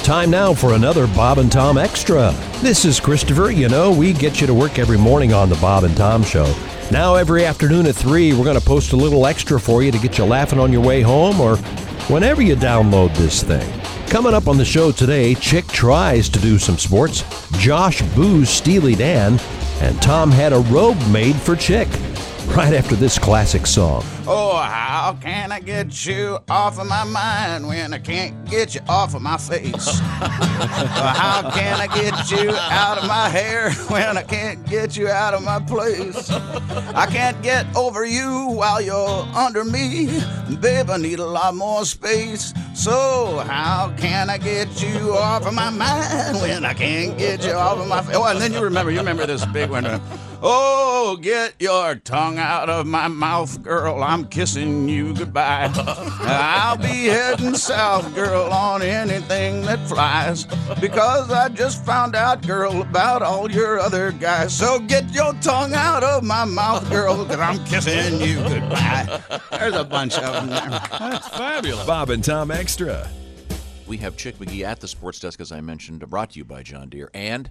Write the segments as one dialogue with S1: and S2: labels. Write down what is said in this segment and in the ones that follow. S1: Time now for another Bob and Tom Extra. This is Christopher. You know, we get you to work every morning on the Bob and Tom Show. Now, every afternoon at 3, we're going to post a little extra for you to get you laughing on your way home or whenever you download this thing. Coming up on the show today, Chick tries to do some sports, Josh boos Steely Dan, and Tom had a robe made for Chick. Right after this classic song.
S2: Oh, how can I get you off of my mind when I can't get you off of my face? how can I get you out of my hair when I can't get you out of my place? I can't get over you while you're under me. Babe, I need a lot more space. So, how can I get you off of my mind when I can't get you off of my face? Oh, and then you remember, you remember this big one. uh, Oh, get your tongue out of my mouth, girl. I'm kissing you goodbye. I'll be heading south, girl, on anything that flies. Because I just found out, girl, about all your other guys. So get your tongue out of my mouth, girl, because I'm kissing you goodbye. There's a bunch of them there.
S3: Fabulous.
S1: Bob and Tom Extra.
S4: We have Chick McGee at the sports desk, as I mentioned, brought to you by John Deere. And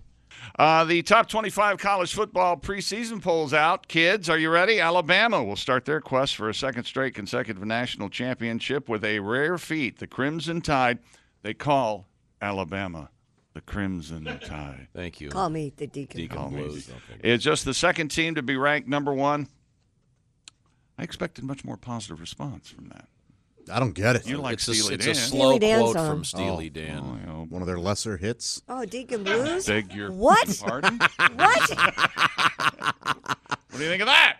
S3: Uh, the top 25 college football preseason polls out. Kids, are you ready? Alabama will start their quest for a second straight consecutive national championship with a rare feat. The Crimson Tide. They call Alabama the Crimson Tide.
S4: thank you,
S5: Call me the deacon.
S4: Deacon
S3: Call me.
S4: Blues.
S3: It's just the second team to be ranked number one. I expected much more positive response from that.
S6: I don't get it.
S3: You like
S4: It's a,
S3: Steely
S4: it's
S3: Dan.
S4: a slow
S5: Steely Dan's
S4: quote
S5: on.
S4: from Steely Dan.
S3: Oh,
S6: One of their lesser hits.
S5: Oh, Deacon Blues?
S3: beg your
S5: What?
S3: pardon?
S5: What?
S3: What do you think of that?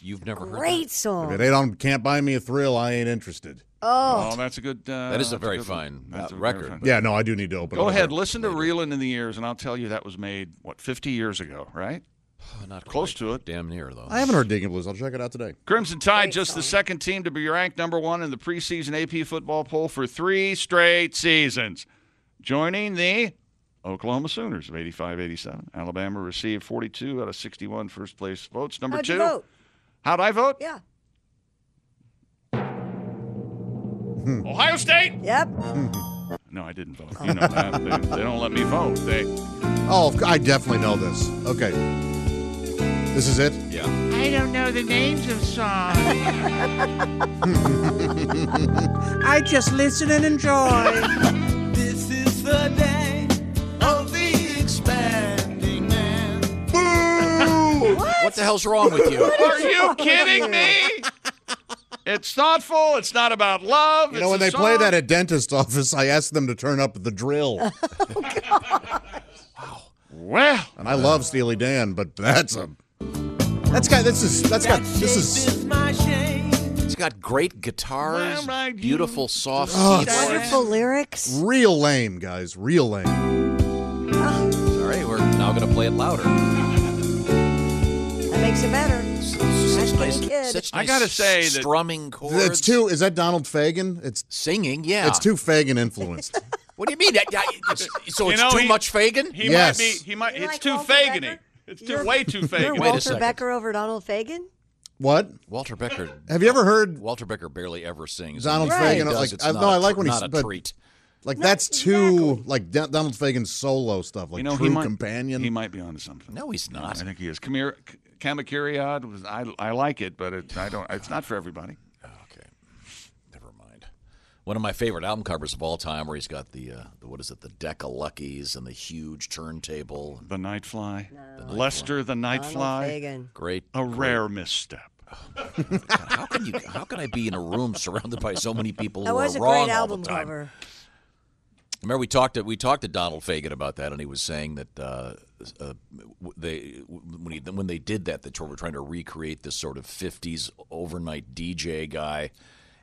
S4: You've never heard
S5: Great
S6: If
S5: song.
S6: it ain't on Can't Buy Me a Thrill, I ain't interested.
S5: Oh,
S3: Oh, that's a good. Uh,
S4: That is a
S3: that's
S4: very
S3: good one.
S4: fine,
S3: That's
S4: uh,
S3: a very
S4: record,
S3: fine-
S4: but-
S6: Yeah, no, I do need to open
S3: Go
S6: it.
S3: ahead, listen to "Reelin' in the Years," and I'll tell you that was made what 50 years ago, right?
S4: that? Oh, not
S3: Close
S4: quite.
S3: to it.
S4: Damn near though.
S6: I haven't heard Digging Blues. I'll check it out today.
S3: Crimson Tide,
S5: Great
S3: just the
S5: song.
S3: second team to be ranked number one in the preseason AP football poll for three straight seasons, joining the Oklahoma Sooners of 85 87. Alabama received 42 out of 61 first place votes. Number
S5: how'd
S3: two,
S5: you vote?
S3: how'd I vote?
S5: Yeah.
S3: Ohio State?
S5: Yep.
S3: No, I didn't vote. You know that. They, they don't let me vote. They,
S6: Oh, of cou- I definitely know this. Okay. This is it?
S4: Yeah.
S7: I don't know the names of songs. I just listen and enjoy.
S2: This is the day of the expanding man.
S4: What the hell's wrong with you?
S3: Are you kidding me? It's thoughtful. It's not about love.
S6: You know,
S3: it's
S6: when
S3: a
S6: they play
S3: song.
S6: that at dentist office, I ask them to turn up the drill.
S3: well,
S6: And I love Steely Dan, but that's a. That's got. This is. That's got. This is.
S4: It's got great guitars,
S3: Well, right, you-
S4: beautiful soft
S6: Oh,
S4: keyboards.
S5: Wonderful lyrics.
S6: Real lame, guys. Real lame.
S4: All right, we're now going to play it louder.
S5: That makes it better.
S4: Such nice,
S5: kid.
S4: such nice
S3: I gotta say that-
S4: strumming chords.
S6: It's too. Is that Donald Fagen? It's.
S4: singing. Yeah.
S6: It's too Fagan influenced.
S4: What do you mean? That- that- it's- so
S3: You
S4: it's
S3: know,
S4: too
S3: he-
S4: much Fagan.
S3: he
S6: Yes.
S3: might be. He might.
S5: You
S3: it's
S5: like
S3: too
S5: Walter
S3: fagany.
S5: Becker?
S3: It's too
S5: You're-
S3: way too
S5: You're
S4: Wait a
S3: fagany.
S5: Walter
S4: second.
S5: Becker over Donald Fagan?
S6: what?
S4: Walter Becker.
S6: Have you ever heard?
S4: Walter Becker barely ever sings.
S6: Donald
S4: And when he
S6: Fagen,
S4: does,
S6: like,
S4: it's
S6: I-
S4: not
S6: no,
S4: a
S6: I like
S4: tr-
S6: when he
S4: not a
S6: but-
S4: treat.
S6: Like that's too. Like Don- Donald Fagen's solo stuff. Like
S3: You know,
S6: True
S3: he might.
S6: Companion.
S3: He might be onto something.
S4: No, he's
S3: I
S4: not.
S3: think he is. Kamir, Kamakiriad was. I. I like it, but it, I don't. It's not for everybody.
S4: Okay, never mind. One of my favorite album covers of all time, where he's got the, uh, the what is it, the deck of luckies and the huge turntable. and
S3: The Nightfly. Lester the
S5: Donald
S3: Nightfly.
S5: Fagan.
S4: Great.
S3: A rare misstep.
S4: How can you? How can I be in a room surrounded by so many people
S5: That
S4: who
S5: was
S4: are
S5: a
S4: wrong
S5: great
S4: all
S5: album
S4: the time?
S5: cover.
S4: Remember, we talked to we talked to Donald Fagan about that, and he was saying that uh, uh, w- they w- when he, when they did that, they were trying to recreate this sort of '50s overnight DJ guy,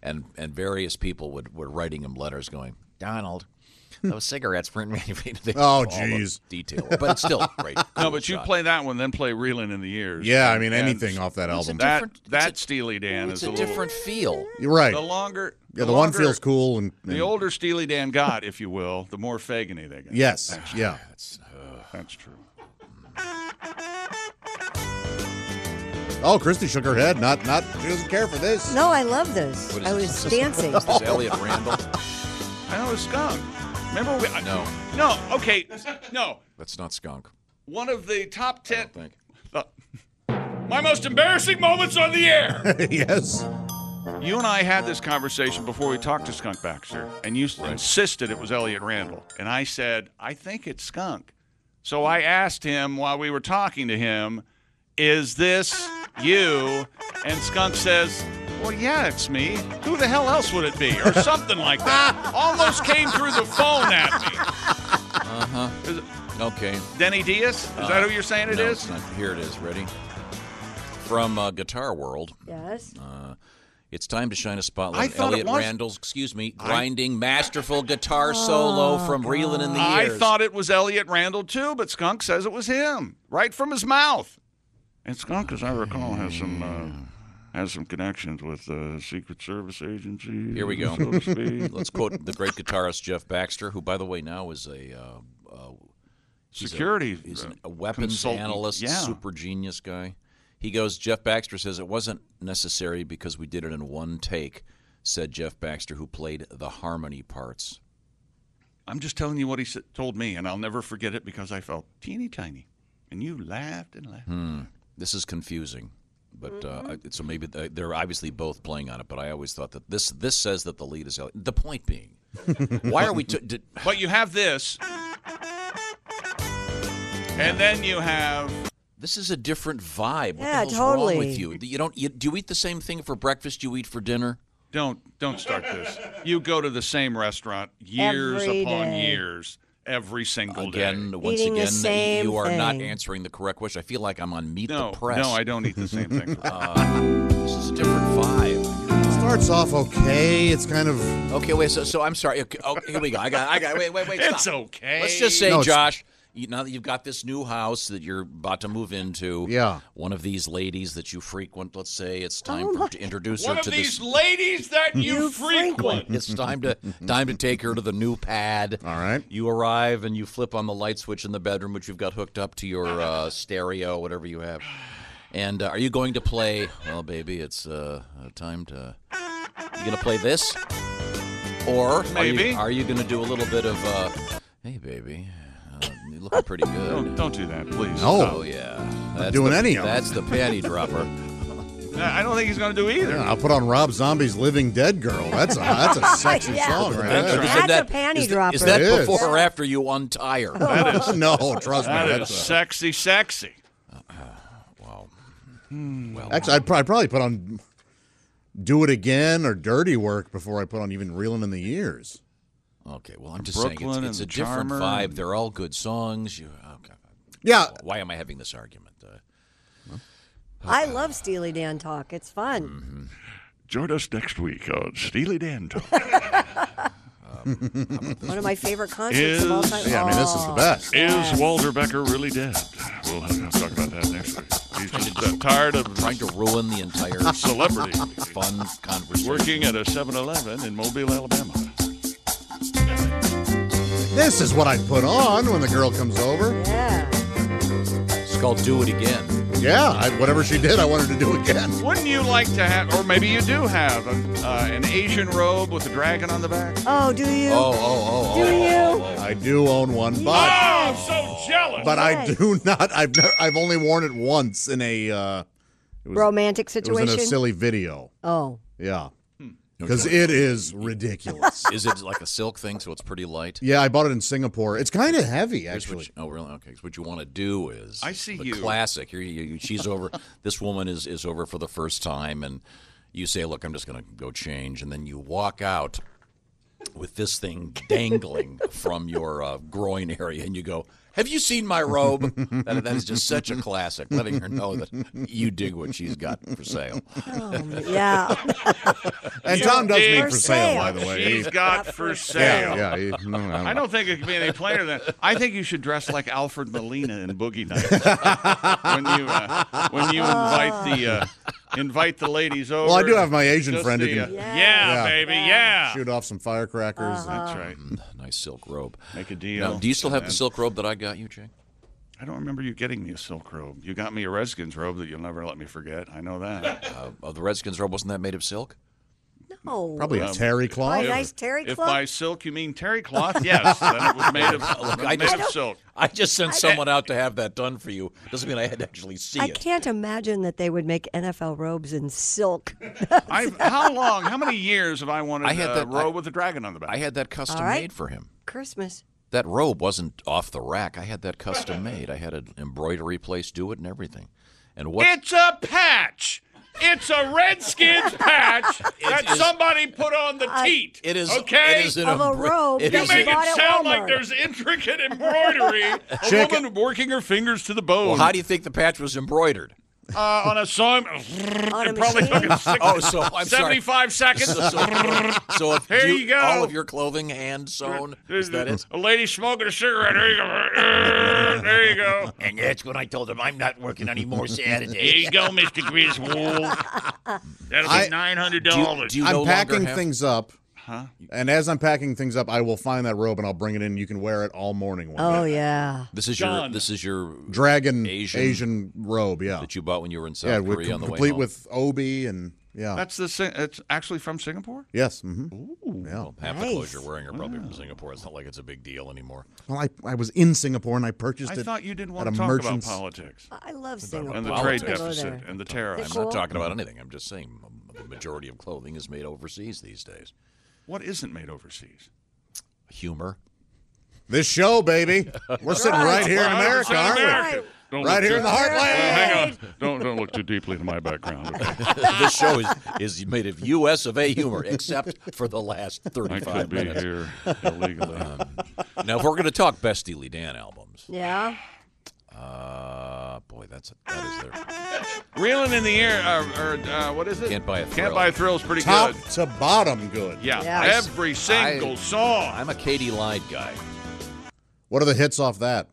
S4: and and various people would were writing him letters going, Donald, those cigarettes weren't manufactured.
S6: Oh,
S4: jeez,
S6: geez.
S4: detail, but it's still great.
S3: No,
S4: cool
S3: but you
S4: shot.
S3: play that one, then play Reelin' in the Years.
S6: yeah, I mean
S3: And
S6: anything off that album.
S4: a-
S3: That
S4: Different- it's
S3: that Steely Dan
S4: It's
S3: is a
S4: a
S3: little.
S4: different feel.
S6: You're right.
S3: The longer.
S6: yeah, the one
S3: longer-
S6: feels cool and,
S3: The
S6: and-
S3: older Steely Dan got, if you will, the more fagany they got.
S6: Yes.
S3: Ah,
S6: Yeah.
S3: That's true.
S6: Oh, Christy shook her head. Not not she doesn't care for this.
S5: No, I love this.
S4: What is
S5: I
S4: this?
S5: was dancing.
S4: Is Elliot Randall?
S3: I know it's skunk. Remember we, I-
S4: No.
S3: No. Okay. No.
S4: That's not skunk.
S3: One of the top
S4: I
S3: ten.
S4: don't think.
S3: My most embarrassing moments on the air.
S6: yes.
S3: You and I had this conversation before we talked to Skunk Baxter, and you insisted it was Elliot Randall. And I said, I think it's Skunk. So I asked him while we were talking to him, Is this you? And Skunk says, Well, yeah, it's me. Who the hell else would it be? Or something like that. Almost came through the phone at me.
S4: Okay.
S3: Denny Diaz? Is that who you're saying it
S4: no,
S3: is?
S4: It's not. Here it is. Ready? From uh, Guitar World.
S5: Yes.
S4: It's time to shine a spotlight
S3: I
S4: on
S3: thought it
S4: Elliot
S3: was-
S4: Randall's, excuse me, grinding, masterful guitar solo from Reeling in the
S3: Oh, I
S4: Years.
S3: thought it was Elliot Randall too, but Skunk says it was him, right from his mouth. And Skunk, as I recall, has some uh, has some connections with uh, Secret Service agencies.
S4: Here we go.
S3: so to speak.
S4: Let's quote the great guitarist Jeff Baxter, who, by the way, now is a uh, uh, he's a-
S3: Security,
S4: He's
S3: uh,
S4: an, a weapons
S3: consultant.
S4: analyst,
S3: Yeah.
S4: super genius guy. He goes, Jeff Baxter says it wasn't necessary because we did it in one take, said Jeff Baxter, who played the harmony parts.
S3: I'm just telling you what he s- told me, and I'll never forget it because I felt teeny tiny, and you laughed and laughed.
S4: This is confusing, but
S5: Mm-hmm.
S4: uh, I- so maybe th- they're obviously both playing on it. But I always thought that this this says that the lead is Elliot. The point being, why are we? T- did,
S3: But you have this, and then you have
S4: this is a different vibe. What the
S5: Yeah,
S4: hell's Wrong
S5: totally.
S4: with you, you don't. You, do you eat the same thing for breakfast? You eat for dinner?
S3: Don't don't start this. You go to the same restaurant years
S5: Every
S3: upon
S5: day.
S3: years, every single
S4: again,
S3: day.
S4: once
S5: Eating the
S4: again,
S5: same
S4: you are not
S5: thing.
S4: answering the correct question. I feel like I'm on Meet
S3: No,
S4: the Press.
S3: no, I don't eat the same thing.
S4: This is a different vibe.
S6: Starts off okay. It's kind of
S4: Okay, wait. So, so I'm sorry. Okay, oh, here we go. I got. I got. Wait, wait, wait.
S3: it's
S4: stop.
S3: okay.
S4: Let's just say,
S6: No, it's-
S4: Josh, you, now that you've got this new house that you're about to move into,
S6: Yeah.
S4: one of these ladies that you frequent, let's say it's time for, to introduce
S3: one
S4: her
S3: of
S4: to
S3: these
S4: this.
S3: ladies that you,
S5: You
S3: frequent.
S4: It's time to time to take her to the new pad.
S6: All right.
S4: You arrive and you flip on the light switch in the bedroom, which you've got hooked up to your uh, stereo, whatever you have. And uh, are you going to play? Well, baby, it's uh, uh, time to. You gonna play this, or
S3: Maybe.
S4: are you, are you gonna do a little bit of? Uh, hey, baby, uh, you're looking pretty good.
S3: Don't, don't do that, please.
S6: No.
S4: Oh yeah, that's
S6: doing
S4: the,
S6: any of 'em.
S4: That's the panty dropper.
S3: Stop. I don't think he's going to do either.
S6: Yeah, I'll put on Rob Zombie's "Living Dead Girl." That's a that's a sexy
S5: Yeah.
S6: song, right?
S3: That's
S6: there.
S3: right.
S4: Isn't
S5: That's a panty
S4: is
S5: dropper.
S4: Is that
S6: It is.
S4: before or after you untire?
S6: no, trust me.
S3: That is
S6: That's a-
S3: sexy, sexy.
S6: actually, I'd probably, probably put on "Do It Again" or "Dirty Work" before I put on even "Reeling in the Years."
S4: Okay, well, I'm just
S3: Brooklyn
S4: saying
S3: and
S4: it's, it's a
S3: the
S4: different
S3: Charmer
S4: vibe.
S3: and-
S4: They're all good songs. You, okay.
S6: Yeah,
S4: Why am I having this argument? Uh,
S5: I love Steely Dan talk. It's fun.
S3: Join us next week on Steely Dan Talk.
S5: One of my favorite concerts of all
S3: Is-
S5: time. Oh,
S6: yeah. I mean, this is the best.
S3: Is Walter Becker really dead? We'll have to talk about that next week. He's just uh, tired of
S4: trying to ruin the entire
S3: celebrity
S4: fun conversation.
S3: working at a 7-Eleven in Mobile, Alabama.
S6: This is what I'd put on when the girl comes over.
S5: Yeah.
S4: It's called Do It Again.
S6: Yeah, I, whatever she did, I wanted to do again.
S3: Wouldn't you like to have, or maybe you do have, an, uh, an Asian robe with a dragon on the back?
S5: Oh, do you?
S4: Oh, oh, oh,
S5: do
S4: oh.
S5: you?
S6: I do own one, but
S3: I'm so jealous.
S6: but I
S5: Yay.
S6: do not. I've never, I've only worn it once in a uh,
S5: Romantic
S6: it was in
S5: situation.
S6: a silly video.
S5: oh.
S6: Yeah, because it is ridiculous.
S4: Is it like a silk thing so it's pretty light?
S6: Yeah, I bought it in Singapore. It's kind of heavy,
S4: Here's what
S6: actually.
S4: you- oh, really? Okay. 'cause what you want to do is
S3: I see
S4: the
S3: you.
S4: classic. Here, you, you- she's over. This woman is is over for the first time, and you say, "Look, I'm just going to go change," and then you walk out with this thing dangling from your uh, groin area, and you go. Have you seen my robe? That, that is just such a classic, letting her know that you dig what she's got for sale.
S5: Oh, yeah.
S6: And Tom does
S3: dig
S6: mean for
S5: for
S6: sale,
S5: sale.
S6: by the way.
S3: She's
S6: He-
S3: got for sale.
S6: yeah, yeah. he- no, I, don't
S3: I
S6: know.
S3: don't think it could be any plainer than. I think you should dress like Alfred Molina in Boogie Nights when you uh, when you invite the uh, invite the ladies over.
S6: Well, I do have my Asian
S3: Just
S6: friend who
S3: the, uh,
S6: can
S3: yeah.
S5: Yeah.
S6: Yeah.
S3: baby, yeah.
S6: shoot off some firecrackers. and-
S5: Um,
S3: That's right.
S4: Nice silk robe.
S3: Make a deal.
S4: Now, do you still have the
S3: And
S4: silk robe that I got you, Jake?
S3: I don't remember you getting me a silk robe. You got me a Redskins robe that you'll never let me forget. I know that.
S4: Uh, of the Redskins robe wasn't that made of silk?
S5: Oh,
S6: Probably a terry
S5: Why,
S6: cloth.
S5: a Oh, nice terry
S3: If
S5: cloth.
S3: by silk you mean terry cloth, yes, then it was made of,
S4: I
S3: made of
S4: don't-
S3: silk.
S4: I just sent someone out to have that done for you. Doesn't mean I had to actually see
S5: I
S4: it.
S5: can't imagine that they would make NFL robes in silk.
S3: I, how long? How many years have I wanted
S4: I had
S3: a
S4: that-
S3: robe
S4: I-
S3: with a dragon on the back?
S4: I had that custom
S5: All right.
S4: made for him.
S5: Christmas.
S4: That robe wasn't off the rack. I had that custom made. I had an embroidery place do it and everything. And what?
S3: It's a patch. It's a Redskins patch that
S4: is-
S3: somebody put on the teat.
S4: it is
S3: okay.
S4: It is an
S5: Of a
S4: embro-
S5: robe
S4: It
S5: that
S3: you
S4: is
S5: you
S4: a-
S3: make
S5: Uh, bought
S3: it
S5: at
S3: sound like
S5: Walmart.
S3: there's intricate embroidery. a
S6: Chick-
S3: woman working her fingers to the bone.
S4: well, how do you think the patch was embroidered?
S3: uh, on a song.
S5: On a
S3: it probably took
S5: machine.
S3: it six,
S4: Oh, so I'm sorry.
S3: 75 seconds.
S4: So, so if
S3: Here you go.
S4: all of your clothing hand sewn, is that it?
S3: A lady smoking a cigarette. There you go. There you go.
S4: And that's when I told him I'm not working anymore
S3: Here
S4: Saturday.
S3: you go, Mr. Griswold. That'll
S6: I-
S3: be nine hundred
S4: Do you,
S3: dollars.
S4: do you
S6: I'm
S4: no longer
S6: packing
S4: have-
S6: things up. And as I'm packing things up, I will find that robe and I'll bring it in. You can wear it all morning. one
S5: Oh
S6: day.
S5: yeah.
S4: This is your
S3: Done.
S4: this is your
S6: dragon
S4: Asian-
S6: Asian, robe, yeah,
S4: that you bought when you were in South
S6: yeah, with,
S4: Korea on the way
S6: complete
S4: home.
S6: with obi and yeah,
S3: That's the. Sing- it's actually from Singapore.
S6: yes. hmm
S4: Well, half the
S5: Nice.
S4: clothes you're wearing are probably from Singapore. It's not like it's a big deal anymore.
S6: Well, I, I was in Singapore and I purchased
S3: I
S6: it.
S3: thought you didn't want to
S6: at a
S3: talk
S6: merchant's.
S3: about politics
S5: I love Singapore.
S3: and the
S5: Let's
S3: trade
S5: go there.
S3: deficit and the
S4: I'm
S3: terrorism.
S5: Cool.
S4: not talking about anything. I'm just saying um, the majority of clothing is made overseas these days.
S3: What isn't made overseas?
S4: Humor.
S6: This show, baby, we're sitting right here in America,
S3: Right.
S6: aren't we?
S5: Right.
S3: Don't
S6: Right
S3: look
S6: here
S3: too-
S6: in the heartland.
S3: Well, hang on. Don't don't look too deeply into my background.
S4: this show is, is made of U.S. of A. humor, except for the last
S3: I
S4: 35
S3: could be
S4: minutes.
S3: here illegally.
S4: Now, if we're going to talk best Steely Dan albums,
S5: Yeah.
S4: uh, boy, that's that is their
S3: Reeling in the air, uh, or uh, what is it?
S4: Can't Buy a Thrill.
S3: Can't buy a thrill is pretty
S6: Top
S3: good.
S6: to bottom, good.
S3: Yeah,
S5: Yeah.
S3: every single
S4: I-
S3: song.
S4: I'm a Katie Lyde guy.
S6: What are the hits off that?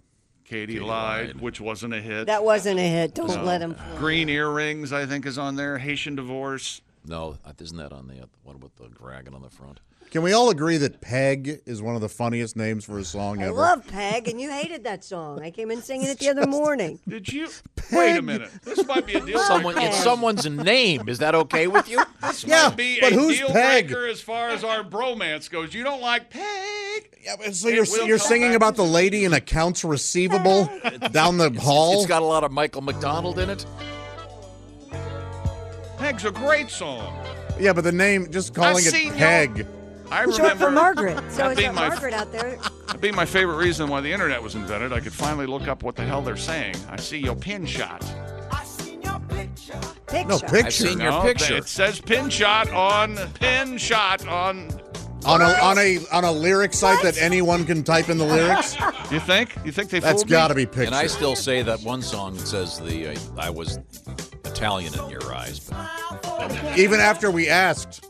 S3: Katie lied,
S4: Lyde.
S3: which wasn't a hit.
S5: That wasn't a hit. Don't let
S3: Uh,
S5: him.
S3: Green earrings, I think, is on there. Haitian divorce.
S4: No, isn't that on the uh, one with the dragon on the front?
S6: Can we all agree that Peg is one of the funniest names for a song
S5: I
S6: ever?
S5: love Peg, and you hated that song. I came in singing it the other morning.
S3: Did you? Wait a minute. This might be a deal
S4: Someone,
S3: breaker.
S4: it's someone's name. Is that okay with you?
S3: This
S6: Yeah,
S3: might be
S6: but
S3: a
S6: who's
S3: deal
S6: Peg?
S3: breaker as far as our bromance goes. You don't like Peg.
S6: Yeah, but so you're
S3: will
S6: you're
S3: come
S6: singing
S3: back.
S6: about the lady in accounts receivable down the hall.
S4: It's got a lot of Michael McDonald in it.
S3: Peg's a great song.
S6: yeah, but the name, just calling
S3: seen
S6: it
S3: y'all-
S6: Peg.
S3: I
S5: Short
S3: remember
S5: for Margaret. So
S3: that
S5: is there
S3: being my-
S5: Margaret out there?
S3: that being my favorite reason why the internet was invented. I could finally look up what the hell they're saying. I see your pin shot.
S5: Picture.
S6: No
S4: I've
S6: picture
S4: seen your
S3: No,
S4: picture.
S3: It says pin shot on pin shot on.
S6: on a on a on a lyric site that anyone can type in the lyrics.
S3: You think? You think they
S6: That's
S3: fooled
S6: got to
S3: me?
S6: be picture.
S4: And I still say that one song that says the I, I was Italian in your eyes, but
S6: even after we asked,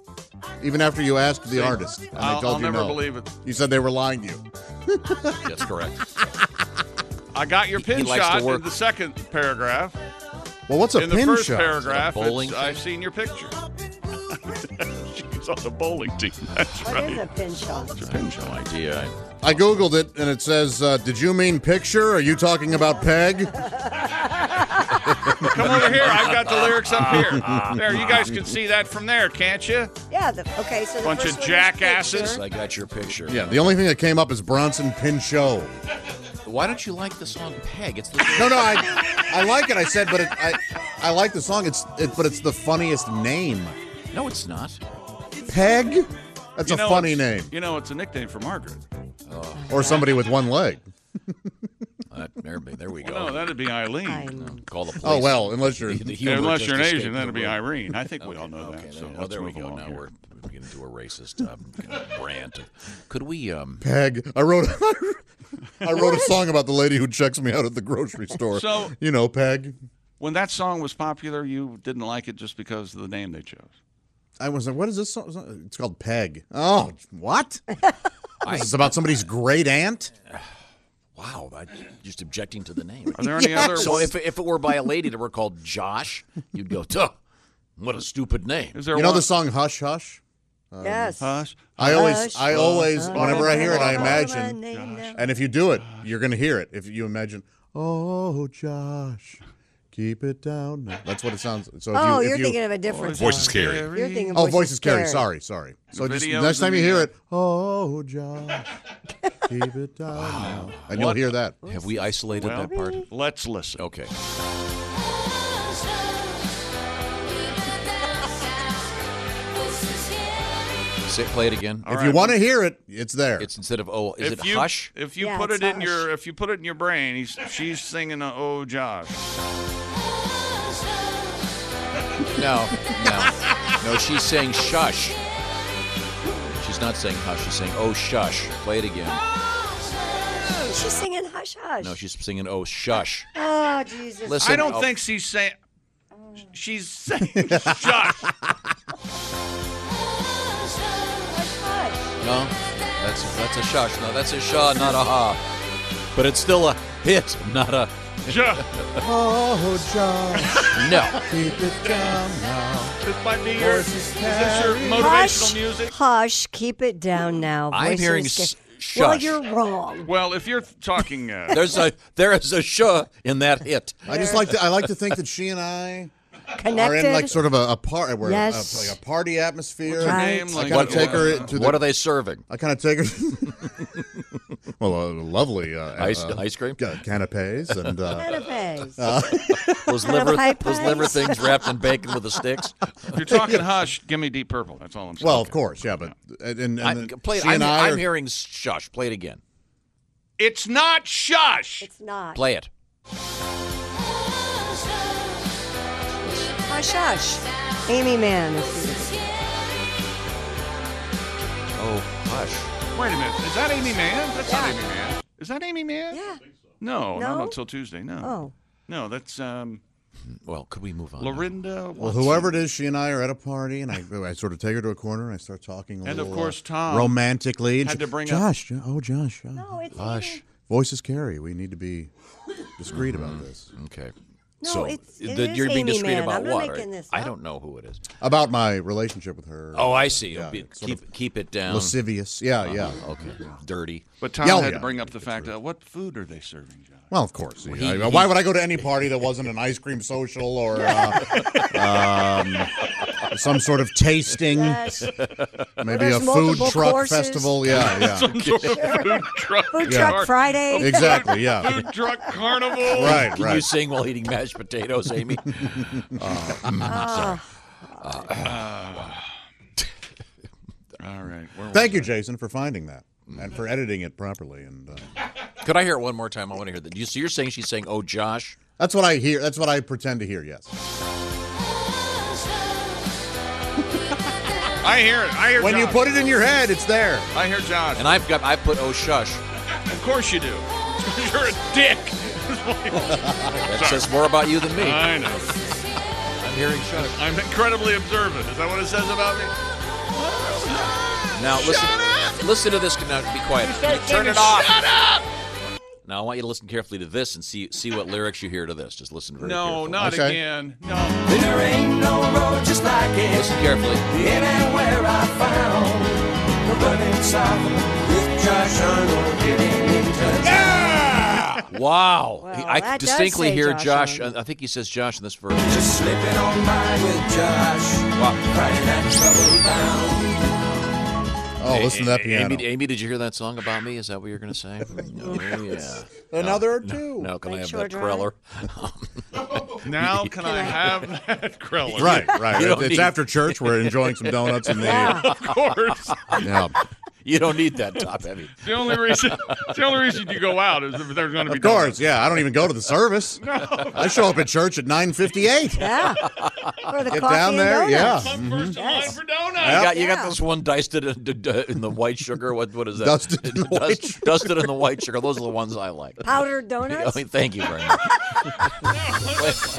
S6: even after you asked the artist, and they
S3: I'll-
S6: told
S3: I'll
S6: you
S3: never
S6: no.
S3: believe it.
S6: You said they were lying to you.
S4: that's correct.
S3: I got your pin
S4: likes to
S3: shot in
S4: work.
S3: the second paragraph.
S6: Well, what's a
S3: in the
S6: pin
S3: first
S6: shot?
S3: paragraph,
S4: Is that a bowling
S3: it's, I've seen your picture. She's on the bowling team. That's
S5: What is a pin shot?
S4: I have no idea. I-
S6: I googled it, and it says, uh, "Did you mean picture? Are you talking about Peg?"
S3: Come over here. I've got the lyrics up here. There, you guys can see that from there, can't you?
S5: Yeah. The, okay. So the
S3: Bunch
S5: first
S3: of
S5: one is
S3: jackasses.
S5: picture.
S4: I got your picture.
S6: yeah. The only thing that came up is Bronson Pinchot.
S4: Why don't you like the song Peg? It's the
S6: No, no, I, I like it. I said, but it, I, I like the song. It's, it, but it's the funniest name.
S4: no, it's not.
S6: Peg. That's
S3: You
S6: a
S3: know,
S6: funny
S3: it's-
S6: name.
S3: You know, it's a nickname for Margaret.
S6: Or somebody with one leg.
S4: Uh, there, there we
S3: Well,
S4: go.
S3: no, that'd be Eileen.
S5: I'm-
S4: Call the police.
S6: Oh well, unless you're.
S4: The humor
S3: Unless
S4: just
S3: you're an
S4: escaped
S3: Asian,
S4: the
S3: that'd be
S4: room.
S3: Irene. I think we all know
S4: Okay,
S3: that. So
S4: there, oh,
S3: let's
S4: there we
S3: move
S4: go.
S3: along
S4: Now
S3: here.
S4: we're beginning to do a racist um, rant. Could we? Um,
S6: Peg. I wrote I wrote a song about the lady who checks me out at the grocery store.
S3: So-
S6: you know, Peg.
S3: When that song was popular, you didn't like it just because of the name they chose.
S6: I was like, what is this song? It's called Peg. Oh, what? This is about somebody's great aunt?
S4: wow, I, just objecting to the name.
S3: Are there any other?
S4: So if, if it were by a lady that were called Josh, you'd go, "Tuh, what a stupid name.
S3: is there
S6: You know
S3: one?
S6: the song Hush Hush?
S5: yes.
S3: Hush.
S6: I always
S5: Hush,
S6: I always whenever I hear it I
S5: Call my
S6: imagine
S5: name now.
S6: and if you do it, you're going to hear it. If you imagine, "Oh, Josh, Keep it down. now. That's what it sounds. So if
S5: Oh,
S6: you, if
S5: you're
S6: you,
S5: thinking of a different song.
S8: Voices carry.
S5: You're thinking of
S6: Oh,
S5: Voices
S6: voices carry.
S5: Carry.
S6: Sorry, sorry. So just
S3: videos
S6: next
S3: and
S6: time you hear
S3: the-
S6: it, oh Josh, keep it down now, and you'll hear that.
S4: Have we isolated
S3: Well,
S4: that part?
S3: let's listen.
S4: Okay. Say, play it again.
S6: if you want to hear it, it's there.
S4: It's instead of oh, is
S3: if
S4: it
S3: you
S4: hush?
S3: if you
S5: Yeah,
S3: put it
S5: it's
S3: in your if you put it in your brain, he's, she's singing a, "Oh Josh."
S4: No, no, no. She's saying shush. She's not saying hush. She's saying oh shush. Play it again.
S5: She's singing Hush Hush.
S4: No, she's singing oh shush.
S5: Oh, Jesus.
S4: Listen,
S3: I don't
S4: oh,
S3: think she's saying. She's saying shush.
S5: Hush Hush.
S4: No, that's that's a shush. No, that's a shaw, not a ha. But it's still a hit, not a
S3: Shush.
S6: oh Josh,
S4: no.
S6: keep it down now.
S3: This might be your. Is this your motivational
S5: Hush,
S3: music?
S5: hush, keep it down now.
S4: I'm hearing s-
S5: Voices ca-
S4: shush.
S5: Well, you're wrong.
S3: Well, if you're talking, uh,
S4: There's a there is a shuh in that hit.
S6: I just like to. I like to think that she and I are
S5: Connected.
S6: in like sort of a, a part. We're
S5: Yes.
S6: a, like a party atmosphere.
S5: her
S6: I
S5: name?
S3: name like
S6: kind of take her
S3: uh,
S6: to the.
S4: What are they serving?
S6: I kind of take her. well, uh, lovely uh,
S4: Ice
S6: uh,
S4: ice cream?
S6: ca- canapes and. Uh,
S5: Canapes.
S4: Those liver
S5: pie
S4: those liver
S5: pies.
S4: things wrapped in bacon with the sticks.
S3: if you're talking hush, give me deep purple. That's all I'm saying.
S6: well, of course, yeah, but and, and
S4: I,
S6: then
S4: play it.
S6: she
S4: I'm,
S6: and I
S4: I'm
S6: are-
S4: hearing shush. Play it again.
S3: it's not shush.
S5: It's not.
S4: Play it.
S5: Hush Hush. Amy Mann.
S4: Oh hush.
S3: Wait a minute. Is that Amy Mann? That's not Amy Mann. Is that Amy Mann?
S5: Yeah.
S3: No, not
S5: No?
S3: until Tuesday. No.
S5: Oh.
S3: No, that's um,
S4: Well, could we move on? now?
S3: Lorinda.
S6: Well,
S3: Watson.
S6: whoever it is, she and I are at a party, and I, I sort of take her to a corner and I start talking. A
S3: And of
S6: little,
S3: course,
S6: uh,
S3: Tom
S6: romantically,
S3: had to bring up-
S6: Josh. Jo- Oh, Josh. Oh.
S5: No, it's
S4: Hush.
S6: Voices carry. We need to be discreet about this.
S4: Okay.
S5: No,
S4: so
S5: it's- it
S4: th-
S5: is
S4: you're being
S5: Amy
S4: discreet
S5: Mann.
S4: about
S5: I'm not
S4: what?
S5: making
S4: right?
S5: this
S4: I
S5: up.
S4: don't know who it is.
S6: About my relationship with her.
S4: Oh, I see. It'll be-
S6: it's sort
S4: keep keep it down.
S6: Lascivious. Yeah, yeah.
S4: Okay. Dirty.
S3: But Tom
S6: Yeah, oh,
S3: had to
S6: yeah.
S3: bring up the fact that what food are they serving, John?
S6: Well, of course.
S4: he-
S6: I-
S4: he-
S6: why would I go to any party that wasn't an ice cream social or uh, um, some sort of tasting?
S5: Hush.
S6: Maybe
S5: there's
S6: a food
S5: multiple
S6: truck
S5: courses.
S6: festival. Yeah, yeah.
S3: truck,
S5: Food
S6: Yeah.
S5: Truck Friday.
S6: exactly. Yeah.
S3: food truck carnival.
S6: Right.
S4: Can
S6: Right.
S4: you sing while eating mashed potatoes, Amy?
S3: All right. where was
S6: Thank you, Jason, for finding that and for editing it properly. And uh,
S4: Could I hear it one more time? I want to hear that. You, so you're saying she's saying, "Oh, Josh."
S6: that's what I hear. That's what I pretend to hear. Yes.
S3: I hear it. I hear
S6: When you
S3: Josh.
S6: put it in your head, it's there.
S3: I hear Josh.
S4: And I've got I put oh shush.
S3: of course you do. You're a dick.
S4: That says more about you than me.
S6: Uh-huh.
S3: I know.
S4: I'm hearing shush.
S3: I'm incredibly observant. Is that what it says about me?
S4: Now listen, listen to this. Now be quiet. Turn it off. Shut up. Now I want you to listen carefully to this and see see what lyrics you hear to this. Just listen very
S3: No,
S4: carefully.
S3: not
S6: Okay.
S3: again. No.
S9: There ain't no road just like it
S4: Listen carefully.
S9: anywhere I found. The running south with Josh Arnold getting in touch.
S3: Ah!
S4: Wow.
S5: Well,
S4: He- I
S5: that does
S4: distinctly
S5: say
S4: hear
S5: Josh
S4: Josh. uh,
S5: on it.
S4: I think he says Josh in this verse.
S9: Just slipping on by with Josh. Crying that trouble bound.
S6: Oh, listen to that piano.
S4: Amy, Amy, did you hear that song about me? Is that what you're going to say? No, yeah.
S6: Another or two.
S4: No, can I
S5: Like
S4: have that
S5: Short Drive?
S4: Kreller?
S3: Now can I have that Kreller?
S6: Right, right.
S4: You don't
S6: It's, it's
S4: need-
S6: after church. We're enjoying some donuts and the.
S5: Yeah.
S3: Of course.
S6: Yeah.
S4: You don't need that top heavy.
S3: the only reason the only reason you go out is if there's going to be
S6: Of course, yeah. I don't even go to the service. I show up at church at nine fifty-eight.
S5: Yeah. For the
S6: Get
S5: coffee
S6: down
S5: and
S6: there, yeah.
S5: donuts.
S3: I'm first in
S6: Mm-hmm.
S3: line for
S4: You
S3: donuts.
S4: got, you got
S5: Yeah.
S4: this one diced in, d- d- in the white sugar. What what is that?
S6: Dusted in the
S4: Dust-
S6: white sugar.
S4: Dusted in the white sugar. Those are the ones I like.
S5: Powdered donuts.
S4: Thank you very much.